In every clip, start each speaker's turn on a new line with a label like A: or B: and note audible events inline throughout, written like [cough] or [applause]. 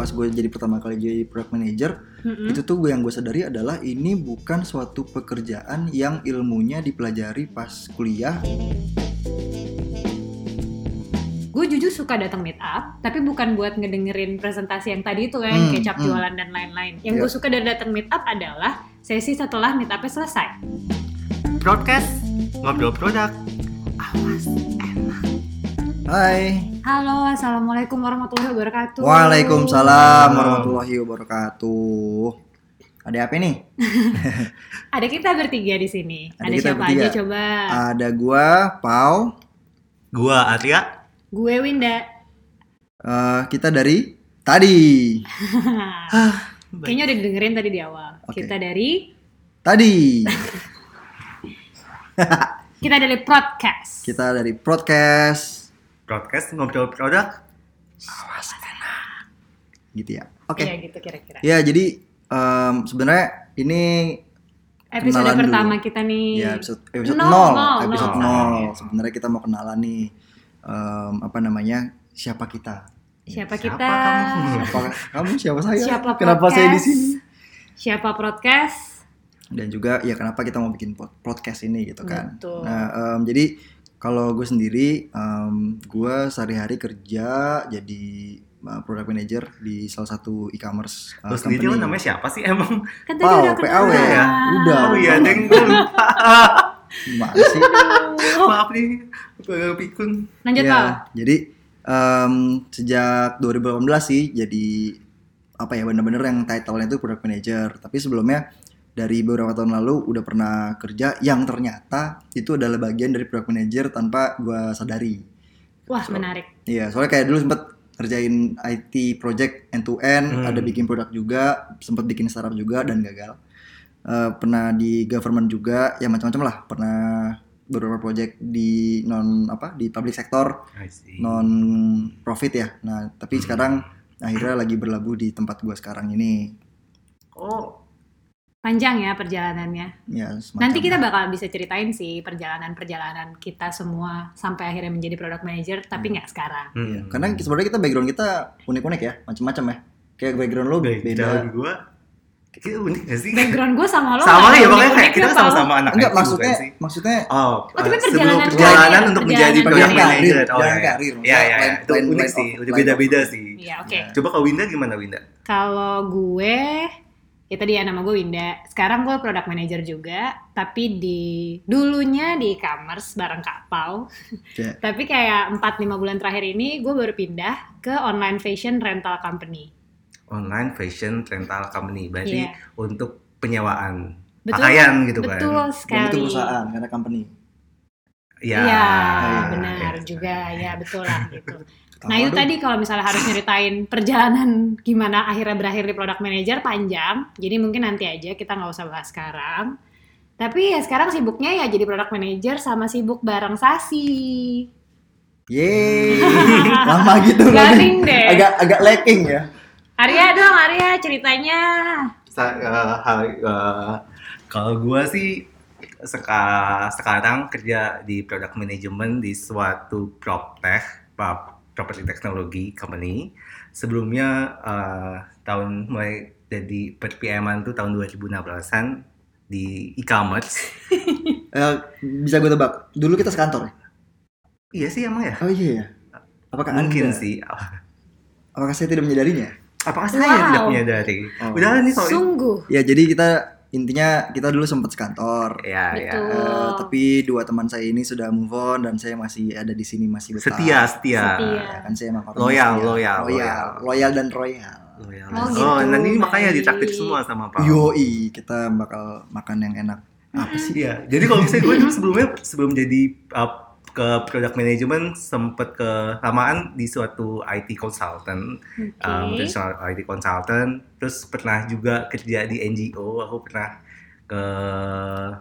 A: pas gue jadi pertama kali jadi product manager
B: Mm-mm.
A: itu tuh gue yang gue sadari adalah ini bukan suatu pekerjaan yang ilmunya dipelajari pas kuliah
B: Gue jujur suka datang meet up, tapi bukan buat ngedengerin presentasi yang tadi itu kan,
A: Hmm,
B: kecap
A: hmm.
B: jualan dan lain-lain. Yang gue
A: Iya.
B: suka dari datang meet up adalah sesi setelah meet upnya selesai.
C: Broadcast Ngobrol produk Awas
A: Hai
B: Halo, assalamualaikum warahmatullahi wabarakatuh.
A: Waalaikumsalam warahmatullahi wabarakatuh ada apa nih
B: Ada kita bertiga di sini.
A: Ada
B: Ada,
A: kita
B: siapa
A: bertiga. Ah.
B: aja coba?
A: ada gua Pau
C: Gua Atria
B: Gue Winda.
A: Eh, kita dari tadi
B: Kayaknya udah dengerin tadi di awal.
A: Oke.
B: Kita dari
A: tadi
B: kita dari podcast.
A: kita dari podcast
C: Broadcast Ngobrol produk
A: gitu ya oke
B: Iya gitu kira-kira.
A: ya jadi em, sebenarnya ini
B: Episode
A: kenalan
B: pertama
A: dulu.
B: kita nih.
A: Ya episode episode
B: Iya. Nol,
A: nol,
B: nol,
A: episode
C: nol.
A: nol. Sebenarnya kita mau kenalan nih em, apa namanya siapa kita?
B: Siapa,
C: Siapa
B: kita?
C: kamu?
A: Siapa
B: [laughs]
A: kamu siapa saya?
B: Siapa
A: kenapa
B: podcast?
A: saya di sini?
B: Siapa podcast?
A: Dan juga ya kenapa kita mau bikin pod- podcast ini gitu kan?
B: Betul.
A: Nah em, jadi kalau gue sendiri em, gue sehari-hari kerja jadi eh, product manager di salah satu e-commerce eh,
C: Lu sendiri lu namanya siapa sih emang?
B: Kan tadi
A: Pau,
B: udah kenal.
A: PAW ya? Udah.
C: Oh iya
A: deng.
C: deng gua lupa
A: Gimana sih?
B: Oh,
C: Maaf nih Gua pikun
B: Lanjut
A: Iya,
B: Pau.
A: Jadi em, sejak 2018 sih jadi apa ya bener-bener yang title-nya itu product manager. Tapi sebelumnya dari beberapa tahun lalu udah pernah kerja yang ternyata itu adalah bagian dari product manager tanpa gua sadari.
B: Wah
A: So-
B: menarik.
A: Iya, soalnya kayak dulu sempet ngerjain IT project end to end,
C: Hmm.
A: ada bikin produk juga, sempet bikin startup juga dan gagal. Eh, pernah di government juga, ya macam-macam lah. Pernah beberapa project di non apa di public sector
C: I see.
A: non profit ya. Nah, tapi
C: Hmm.
A: sekarang akhirnya lagi berlabuh di tempat gua sekarang ini.
C: Oh
B: Panjang ya perjalanannya.
A: Ya, semacam-
B: Nanti kita bakal bisa ceritain sih perjalanan-perjalanan kita semua sampai akhirnya menjadi product manager, tapi nggak sekarang.
C: Hmm.
A: Iya, karena sebenarnya kita background kita unik-unik ya, macam-macam ya. Kayak background lo beda.
C: Beda gua Kayaknya unik gak sih?
B: Background gue sama lo nggak
C: Sama ya
B: unik-unik
C: pokoknya kayak kita
B: ya, Pau.
C: sama-sama anak
A: Enggak,
C: IT, Nah, bukan
A: maksudnya
C: sih?
A: maksudnya
C: Oh,
B: Oh, tapi
C: eh, sebelum
B: perjalanan
C: perjalanan
B: karir, perjalanan
C: untuk menjadi product
A: perjalanan karir,
C: manager. Oh,
A: perjalanan
C: ya.
A: karir.
C: Iya, iya,
A: Maksudnya
C: iya. itu
A: plan-
C: unik
A: plan
C: sih.
A: of-
C: Udah
A: plan of-
C: beda-beda sih.
B: Iya, oke.
A: Iya.
C: Coba kalau Winda gimana Winda?
B: Kalau gue, ya tadi ya nama gue Winda. Sekarang gue product manager juga, tapi di dulunya di e-commerce bareng Kak Pau.
A: Ya.
C: Iya.
B: [laughs] tapi kayak 4-5 bulan terakhir ini gue baru pindah ke online fashion rental company.
C: Online fashion rental company. Berarti
B: Iya.
C: untuk penyewaan
B: Betul,
C: pakaian gitu kan.
B: betul
A: Dan
B: sekali.
A: itu perusahaan karena company.
C: Iya,
B: Iya,
A: Iya,
B: benar
C: iya.
B: juga. Ya, betul lah gitu.
A: Ketawa
B: Nah itu
A: dong.
B: tadi kalau misalnya harus nyeritain perjalanan gimana akhirnya berakhir di product manager panjang, jadi mungkin nanti aja kita nggak usah bahas sekarang. Tapi ya sekarang sibuknya ya jadi product manager sama sibuk bareng Sasi. [laughs]
A: Yeay. Lama gitu loh.
B: Garing deh.
A: Agak agak lacking ya.
B: Arya dong, Arya ceritanya.
C: Sa- eh, ha- eh, kalau gua sih seka- sekarang kerja di product management di suatu proptech pro- property technology company sebelumnya eh, tahun mulai jadi per PM-an tuh tahun 2016-an di e-commerce
A: Eh, bisa gue tebak. Dulu kita sekantor ya?
C: iya sih emang ya
A: Oh iya ya. Apakah
C: mungkin
A: Anda-
C: sih
A: Apakah saya tidak menyadarinya?
C: apakah saya
B: Wow.
C: tidak menyadari
A: Oh.
C: udah nih kalau
B: Sungguh.
A: Ya jadi kita intinya kita dulu sempat sekantor.
C: ya ya
B: Betul.
A: Eh, tapi dua teman saya ini sudah move on dan saya masih ada di sini masih betah.
C: setia setia
B: Setia.
A: Ya, kan saya emang orang
C: Loyal,
A: setia.
C: loyal,
A: loyal,
C: loyal.
A: loyal dan royal.
C: Loyal.
B: Oh,
C: Oh,
B: gitu.
C: nanti makanya
B: Baik.
C: ditraktir semua sama Pak.
A: Yoi, kita bakal makan yang enak. Apa sih?
C: Iya, jadi kalau misalnya gue dulu sebelumnya sebelum jadi uh, ke product management sempet ke lamaan di suatu IT consultant,
B: Oke.
A: Ah,
C: um, traditional IT consultant, terus pernah juga kerja di NGO, aku pernah ke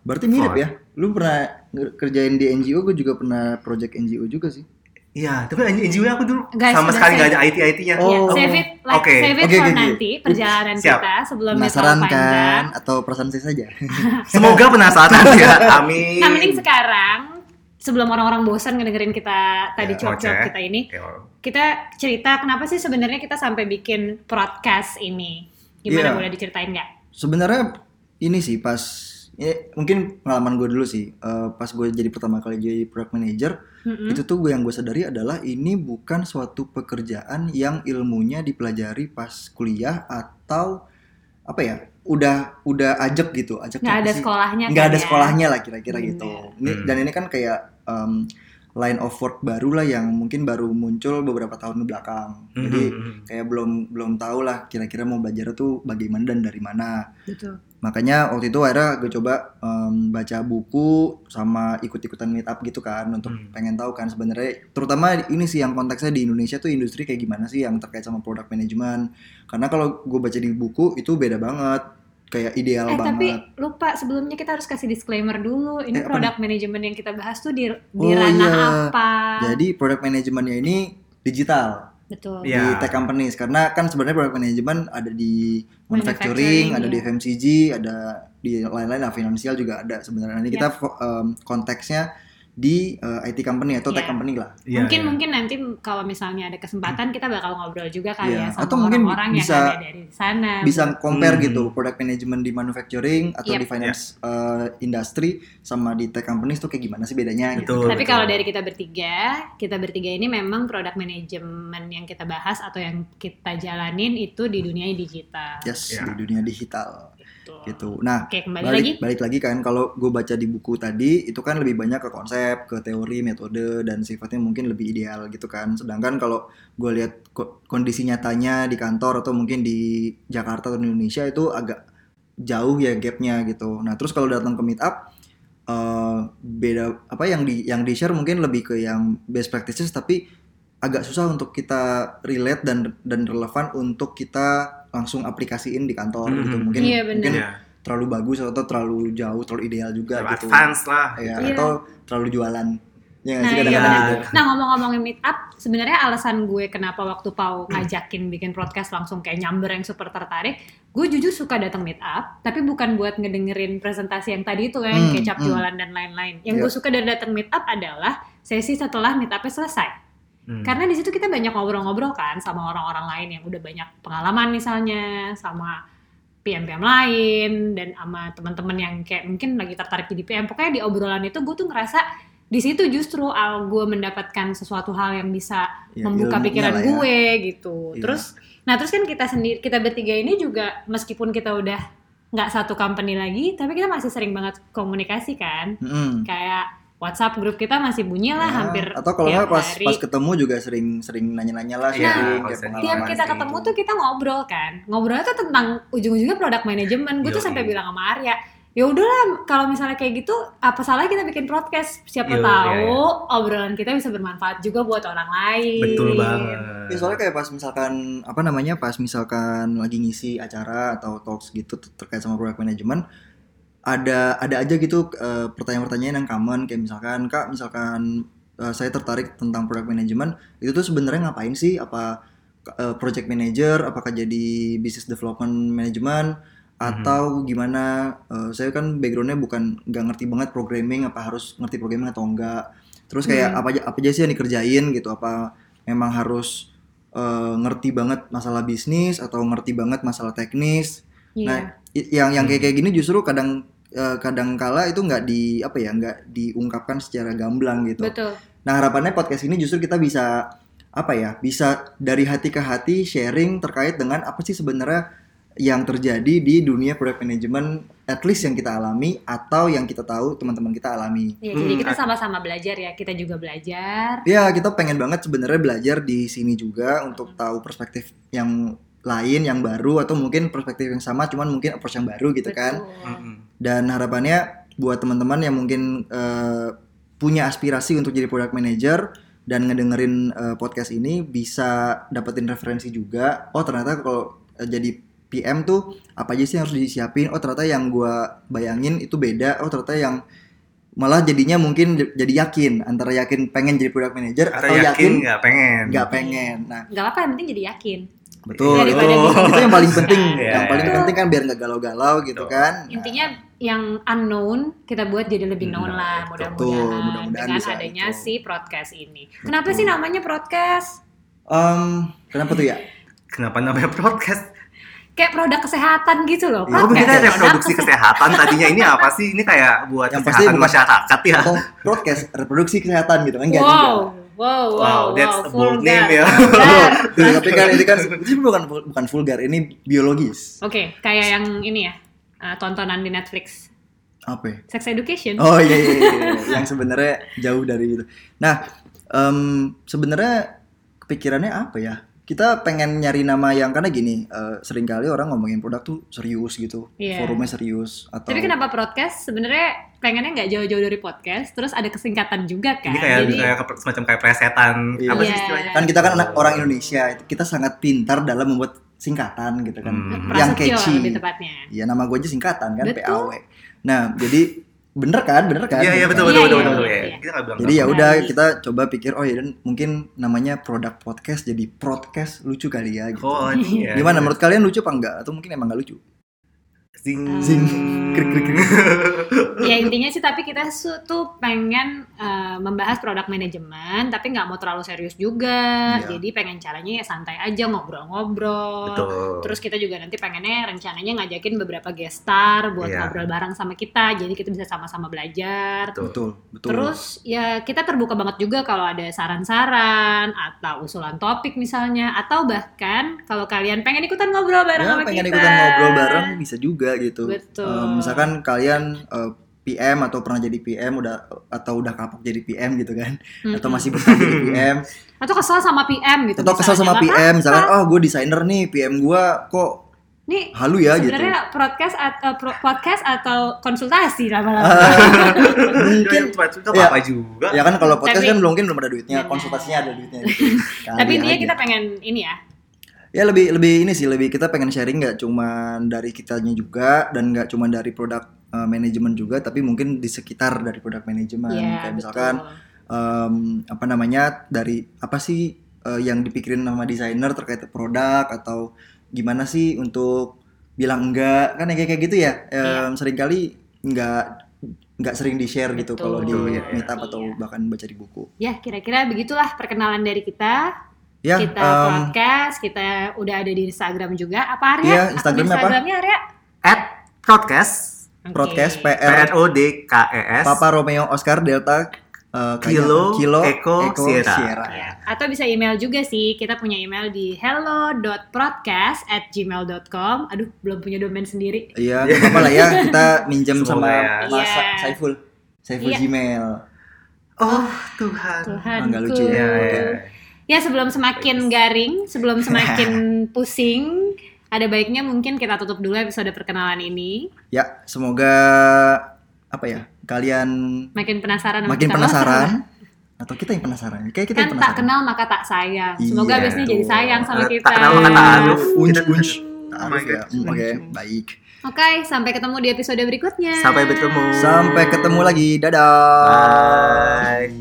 A: Berarti mirip
C: Fun.
A: ya. Lu pernah nge- kerjain di NGO, gue juga pernah project NGO juga sih.
C: Iya, tapi NGO nya aku dulu
B: Guys,
C: sama
B: udah
C: sekali nggak ada
B: save.
C: IT-IT-nya.
A: Oh.
B: Ya, save it, like,
C: Oke.
B: save it
A: Oke,
B: for
A: oke, oke.
B: nanti perjalanan
C: Siap.
B: kita sebelum
A: Penasaran
B: terlalu panjang.
A: kan? Atau perasaan saya saja?
C: Semoga penasaran ya, amin.
B: Nah, mending sekarang sebelum orang-orang bosan ngedengerin kita tadi
C: Ya,
B: cuap-cuap
C: ngoceh.
B: kita ini,
C: Ya, orang-
B: kita cerita kenapa sih sebenarnya kita sampai bikin podcast ini?
A: Iya.
B: Gimana boleh diceritain nggak?
A: sebenarnya ini sih pas ini mungkin pengalaman gue dulu sih Eh, pas gue jadi pertama kali jadi product manager
B: Mm-mm.
A: itu tuh gue yang gue sadari adalah ini bukan suatu pekerjaan yang ilmunya dipelajari pas kuliah atau apa ya udah udah ajak gitu ajak
B: Nggak
A: apa
B: ada
A: sih?
B: sekolahnya.
A: nggak
B: kan
A: ada
B: ya? iya.
A: sekolahnya lah kira-kira gitu
B: Bener.
A: ini
C: Hmm.
A: dan ini kan kayak em, line of work baru lah yang mungkin baru muncul beberapa tahun belakang jadi
C: Mhm.
A: kayak belum belum tahu lah kira-kira mau belajar tuh bagaimana dan dari mana
B: Betul.
A: makanya waktu itu akhirnya gue coba em, baca buku sama ikut-ikutan meet up gitu kan untuk
C: Hmm.
A: pengen tahu kan sebenarnya terutama ini sih yang konteksnya di Indonesia tuh industri kayak gimana sih yang terkait sama product management karena kalau gue baca di buku itu beda banget kayak ideal
B: Eh tapi
A: banget
B: lupa sebelumnya kita harus kasih disclaimer dulu. Ini
A: Eh, apa
B: product manajemen yang kita bahas tuh di, di
A: Oh,
B: ranah
A: iya.
B: apa?
A: jadi product managementnya ini digital
B: Betul.
A: di
C: Iya.
A: tech companies karena kan sebenarnya product management ada di
B: Manufacturing,
A: manufacturing, ada di
B: iya.
A: FMCG, ada di lain-lain lah finansial juga ada sebenarnya. Ini
B: Iya.
A: kita fo- em, konteksnya di eh, IT company atau tech
B: Iya.
A: company lah.
C: Iya,
B: mungkin
C: iya.
B: mungkin nanti kalau misalnya ada kesempatan kita bakal ngobrol juga kali
A: Iya.
B: ya sama
A: Atau mungkin
B: orang-orang yang
A: bisa-
B: ada dari sana.
A: Bisa compare
C: Hmm.
A: gitu product management di manufacturing atau
B: Yep.
A: di finance eh, industry sama di tech companies tuh kayak gimana sih bedanya gitu.
C: Betul,
B: Iya, Tapi
C: betul.
B: kalau dari kita bertiga, kita bertiga ini memang product management yang kita bahas atau yang kita jalanin itu di dunia digital.
A: Yes,
C: Iya.
A: di dunia digital
B: Gitu.
A: gitu. Nah,
B: Oke, kembali
A: balik
B: lagi.
A: balik lagi kan kalau gue baca di buku tadi itu kan lebih banyak ke konsep ke teori metode dan sifatnya mungkin lebih ideal gitu kan sedangkan kalau gue lihat ko- kondisi nyatanya di kantor atau mungkin di Jakarta atau di Indonesia itu agak jauh ya gapnya gitu nah terus kalau datang ke meet up eh, beda apa yang di yang di share mungkin lebih ke yang best practices tapi agak susah untuk kita relate dan dan relevan untuk kita langsung aplikasiin di kantor gitu
C: Mhm.
A: mungkin
B: Iya, benar.
A: mungkin
C: Iya.
A: terlalu bagus atau terlalu jauh terlalu ideal juga
C: Terlalu
A: gitu
C: advance lah.
A: Ya,
B: Iya.
A: atau terlalu jualan ya nggak sih
B: Nah,
A: kadang-kadang
C: iya.
A: gitu
B: Nah ngomong-ngomongin meet up, sebenarnya alasan gue kenapa waktu Pau ngajakin bikin podcast langsung kayak nyamber yang super tertarik, gue jujur suka datang meet up, tapi bukan buat ngedengerin presentasi yang tadi itu kan,
A: Hmm,
B: kecap
A: hmm.
B: jualan dan lain-lain. Yang
A: Iya.
B: gue suka dari datang meet up adalah sesi setelah meet upnya selesai.
C: Hmm.
B: Karena di situ kita banyak ngobrol-ngobrol kan sama orang-orang lain yang udah banyak pengalaman misalnya sama PM-PM lain dan sama teman-teman yang kayak mungkin lagi tertarik jadi PM. Pokoknya di obrolan itu gue tuh ngerasa di situ justru al gue mendapatkan sesuatu hal yang bisa
A: Ya,
B: membuka
A: ilmunya
B: pikiran
A: lah ya.
B: gue gitu.
A: Iya.
B: Terus, nah terus kan kita sendiri, kita bertiga ini juga meskipun kita udah nggak satu company lagi, tapi kita masih sering banget komunikasi kan.
A: Mm-mm.
B: Kayak WhatsApp grup kita masih bunyi lah
A: Ya,
B: hampir
A: atau kalau nggak
B: tiap
A: pas
B: hari.
A: pas ketemu juga sering-sering nanya-nanya lah
C: Iya,
A: sharing,
C: kalau
A: kayak
C: sering.
B: tiap
A: pengalaman
B: kita
A: kayak
B: ketemu
A: gitu.
B: tuh kita ngobrol kan ngobrolnya tuh tentang ujung-ujungnya product management gue tuh
C: Yoi.
B: sampai bilang sama Arya ya udahlah kalau misalnya kayak gitu apa salah kita bikin podcast siapa
C: Yoi,
B: tahu
C: iya,
B: obrolan kita bisa bermanfaat juga buat orang lain
C: Betul banget.
A: Ya, soalnya kayak pas misalkan apa namanya pas misalkan lagi ngisi acara atau talks gitu ter- terkait sama product management ada ada aja gitu eh, pertanyaan-pertanyaan yang common kayak misalkan kak misalkan eh, saya tertarik tentang product management itu tuh sebenarnya ngapain sih apa eh, project manager apakah jadi business development management atau gimana Eh, saya kan backgroundnya bukan nggak ngerti banget programming apa harus ngerti programming atau enggak terus kayak
B: Hmm.
A: apa aja apa aja sih yang dikerjain gitu apa memang harus eh, ngerti banget masalah bisnis atau ngerti banget masalah teknis
B: Iya.
A: Nah, I- yang yang kayak
C: Hmm.
A: kayak gini justru kadang eh, kadang kala itu nggak di apa ya nggak diungkapkan secara gamblang gitu
B: betul
A: Nah harapannya podcast ini justru kita bisa apa ya bisa dari hati ke hati sharing terkait dengan apa sih sebenarnya yang terjadi di dunia product management at least yang kita alami atau yang kita tahu teman-teman kita alami.
B: Iya, jadi
C: Hmm,
B: kita
C: a-
B: sama-sama belajar ya kita juga belajar
A: Ya kita pengen banget sebenarnya belajar di sini juga untuk tahu perspektif yang lain yang baru atau mungkin perspektif yang sama cuman mungkin approach yang baru gitu kan.
B: Betul.
C: Mhm.
A: dan harapannya buat teman-teman yang mungkin eh, punya aspirasi untuk jadi product manager dan ngedengerin eh, podcast ini bisa dapetin referensi juga oh ternyata kalau eh, jadi PM tuh apa aja sih yang harus disiapin oh ternyata yang gua bayangin itu beda oh ternyata yang malah jadinya mungkin j- jadi yakin antara yakin pengen jadi product manager atau,
C: Atau yakin
A: yakin
C: nggak pengen?
A: nggak pengen nah
B: nggak apa yang penting jadi yakin
A: betul
B: Daripada
A: itu,
B: bingung.
A: itu yang paling penting
B: Iya,
A: yang paling
B: iya.
A: penting kan biar nggak galau-galau gitu
C: Betul.
A: kan Nah,
B: intinya yang unknown kita buat jadi lebih known
C: Hmm,
B: lah
C: betul. gitu.
B: mudah-mudahan,
A: Mudah-mudahan
B: dengan
A: bisa
B: adanya
A: itu.
B: si podcast ini. Kenapa
A: Betul.
B: sih
C: Hmm.
B: namanya podcast?
A: Nah, Em, kenapa tuh ya?
C: Kenapa namanya podcast?
B: Kayak produk kesehatan gitu loh.
A: Iya.
C: Oh,
B: podcast,
C: kita ada
B: produk
C: reproduksi kesehatan. Tadinya ini apa sih? Ini kayak
A: Yang
C: buat
A: pasti
C: kesehatan
A: bukan-
C: masyarakat ya.
A: Atau broadcast reproduksi kesehatan gitu kan enggak [laughs]
B: wow. wow, wow, Iya,
C: Wow, that's
B: wow,
C: a
B: vulgar,
C: bold name ya.
B: vulgar.
A: juga. Tuh, tapi kan itu kan itu bukan bukan vulgar, ini biologis.
B: Oke, kayak yang ini ya eh, tontonan di Netflix,
A: Apa? ya?
B: Sex Education.
A: Oh iya iya, iya, iya. yang sebenarnya jauh dari itu. Nah, em, sebenarnya kepikirannya apa ya? Kita pengen nyari nama yang karena gini, eh, seringkali orang ngomongin produk tuh serius gitu,
B: Iya.
A: forumnya serius atau
B: Tapi kenapa podcast? Sebenarnya pengennya nggak jauh-jauh dari podcast, terus ada kesingkatan juga kan.
C: Ini kayak
B: Jadi
C: kayak semacam kayak presetan
A: Iya.
C: apa sih
B: Iya.
C: istilahnya?
A: kan kita kan anak orang Indonesia, kita sangat pintar dalam membuat singkatan gitu kan,
C: Hmm.
A: yang
B: prasetyo
A: catchy.
B: lebih tepatnya.
A: Iya nama gue aja singkatan kan
B: Betul.
A: PAW. Nah jadi bener kan bener kan?
C: Iya, iya
A: Bener
C: betul
A: kan?
B: Iya,
C: betul betul
B: iya,
C: betul.
B: iya,
C: ya.
B: iya.
C: Kita nggak bilang.
A: Jadi ya
B: Benar.
A: udah kita coba pikir oh ya dan mungkin namanya produk podcast jadi podcast lucu kali ya gitu.
C: Oh, iya.
A: Gimana menurut kalian lucu apa enggak atau mungkin emang enggak lucu?
C: Zing
B: Ah.
A: Zing. Krik, krik, krik.
B: Oh. ya intinya sih tapi kita su- tuh pengen eh, membahas produk manajemen tapi nggak mau terlalu serius juga
A: Iya.
B: jadi pengen caranya ya santai aja ngobrol-ngobrol
C: Betul.
B: terus kita juga nanti pengennya rencananya ngajakin beberapa guest star buat
C: Iya.
B: ngobrol bareng sama kita jadi kita bisa sama-sama belajar
C: Betul.
A: Betul betul.
B: Terus ya kita terbuka banget juga kalau ada saran-saran atau usulan topik misalnya atau bahkan kalau kalian pengen ikutan ngobrol bareng
A: ya,
B: sama
A: pengen
B: kita.
A: ikutan ngobrol bareng bisa juga gitu.
B: Betul.
A: Eh, misalkan kalian eh, PM atau pernah jadi PM udah atau udah kapok jadi PM gitu kan atau
B: Mm-mm.
A: masih betah jadi
B: [laughs]
A: PM
B: atau kesel sama PM gitu.
A: atau kesel
B: misalnya.
A: sama
B: Nggak
A: PM misalkan oh gue desainer nih PM gue kok
B: apa-apa. Nih
A: halu ya gitu
B: sebenarnya podcast atau pro- podcast atau
A: [laughs]
B: konsultasi lama-lama.
A: Ah,
C: Mungkin
A: mungkin
C: itu apa juga.
A: ya kan kalau podcast
B: Tapi-
A: kan mungkin belum ada duitnya
B: Benar.
A: konsultasinya ada duitnya gitu. Kali
B: [laughs] Tapi intinya
A: aja.
B: kita pengen ini ya.
A: ya lebih lebih ini sih lebih kita pengen sharing nggak cuman dari kitanya juga dan nggak cuman dari produk eh, manajemen juga tapi mungkin di sekitar dari produk manajemen kayak
B: Iya, betul.
A: misalkan em, apa namanya dari apa sih eh, yang dipikirin sama desainer terkait produk atau gimana sih untuk bilang enggak kan yang kayak kayak gitu ya
B: Iya.
A: Em, seringkali nggak nggak sering di share gitu kalau
B: Betul.
A: di
C: Iya, iya.
A: meetup atau
B: Iya.
A: bahkan baca di buku
B: Ya, kira-kira begitulah perkenalan dari kita.
A: ya
B: kita
A: em,
B: podcast, kita udah ada di Instagram juga. Apa Arya?
A: Iya,
B: Akun
A: Instagramnya apa?
B: Instagramnya Arya?
C: At podcast
B: Oke.
A: broadcast
C: P
A: PR
C: R O D K E S
A: Papa Romeo Oscar Delta eh, kayaknya-
C: Kilo,
A: Kilo
C: Eko, Sierra.
B: Ya. Atau bisa email juga sih. Kita punya email di hello.podcast@gmail.com. Aduh, belum punya domain sendiri.
A: Iya,
C: [laughs]
A: nggak apa-apa lah ya kita minjem
C: Semoga
A: sama
C: ya.
A: Mas
B: Iya.
A: Saiful. Saiful
B: Iya.
A: Gmail.
C: Oh Tuhan.
B: Tuhan.
A: Ah, nggak lucu
C: Ya, ya.
B: Ya, sebelum semakin garing, sebelum
A: [laughs]
B: semakin pusing, ada baiknya mungkin kita tutup dulu episode perkenalan ini.
A: Ya, semoga apa ya? Kalian
B: Makin penasaran sama
A: makin
B: kita.
A: penasaran atau kita yang penasaran? Kayak kita
B: Kan
A: yang
B: tak
A: penasaran.
B: kenal maka tak sayang. Semoga
A: Iya,
B: abis ini jadi
A: betul.
B: sayang sama
C: Tak
B: kita.
C: kenal maka tak aruf.
A: Unj,
C: Kita-
A: unj.
C: Oh
A: Taruh
C: my
A: ya.
C: God.
A: Hmm, Oke, baik.
B: Oke, sampai ketemu di episode berikutnya.
C: Sampai bertemu.
A: Sampai ketemu lagi. Dadah.
C: Bye.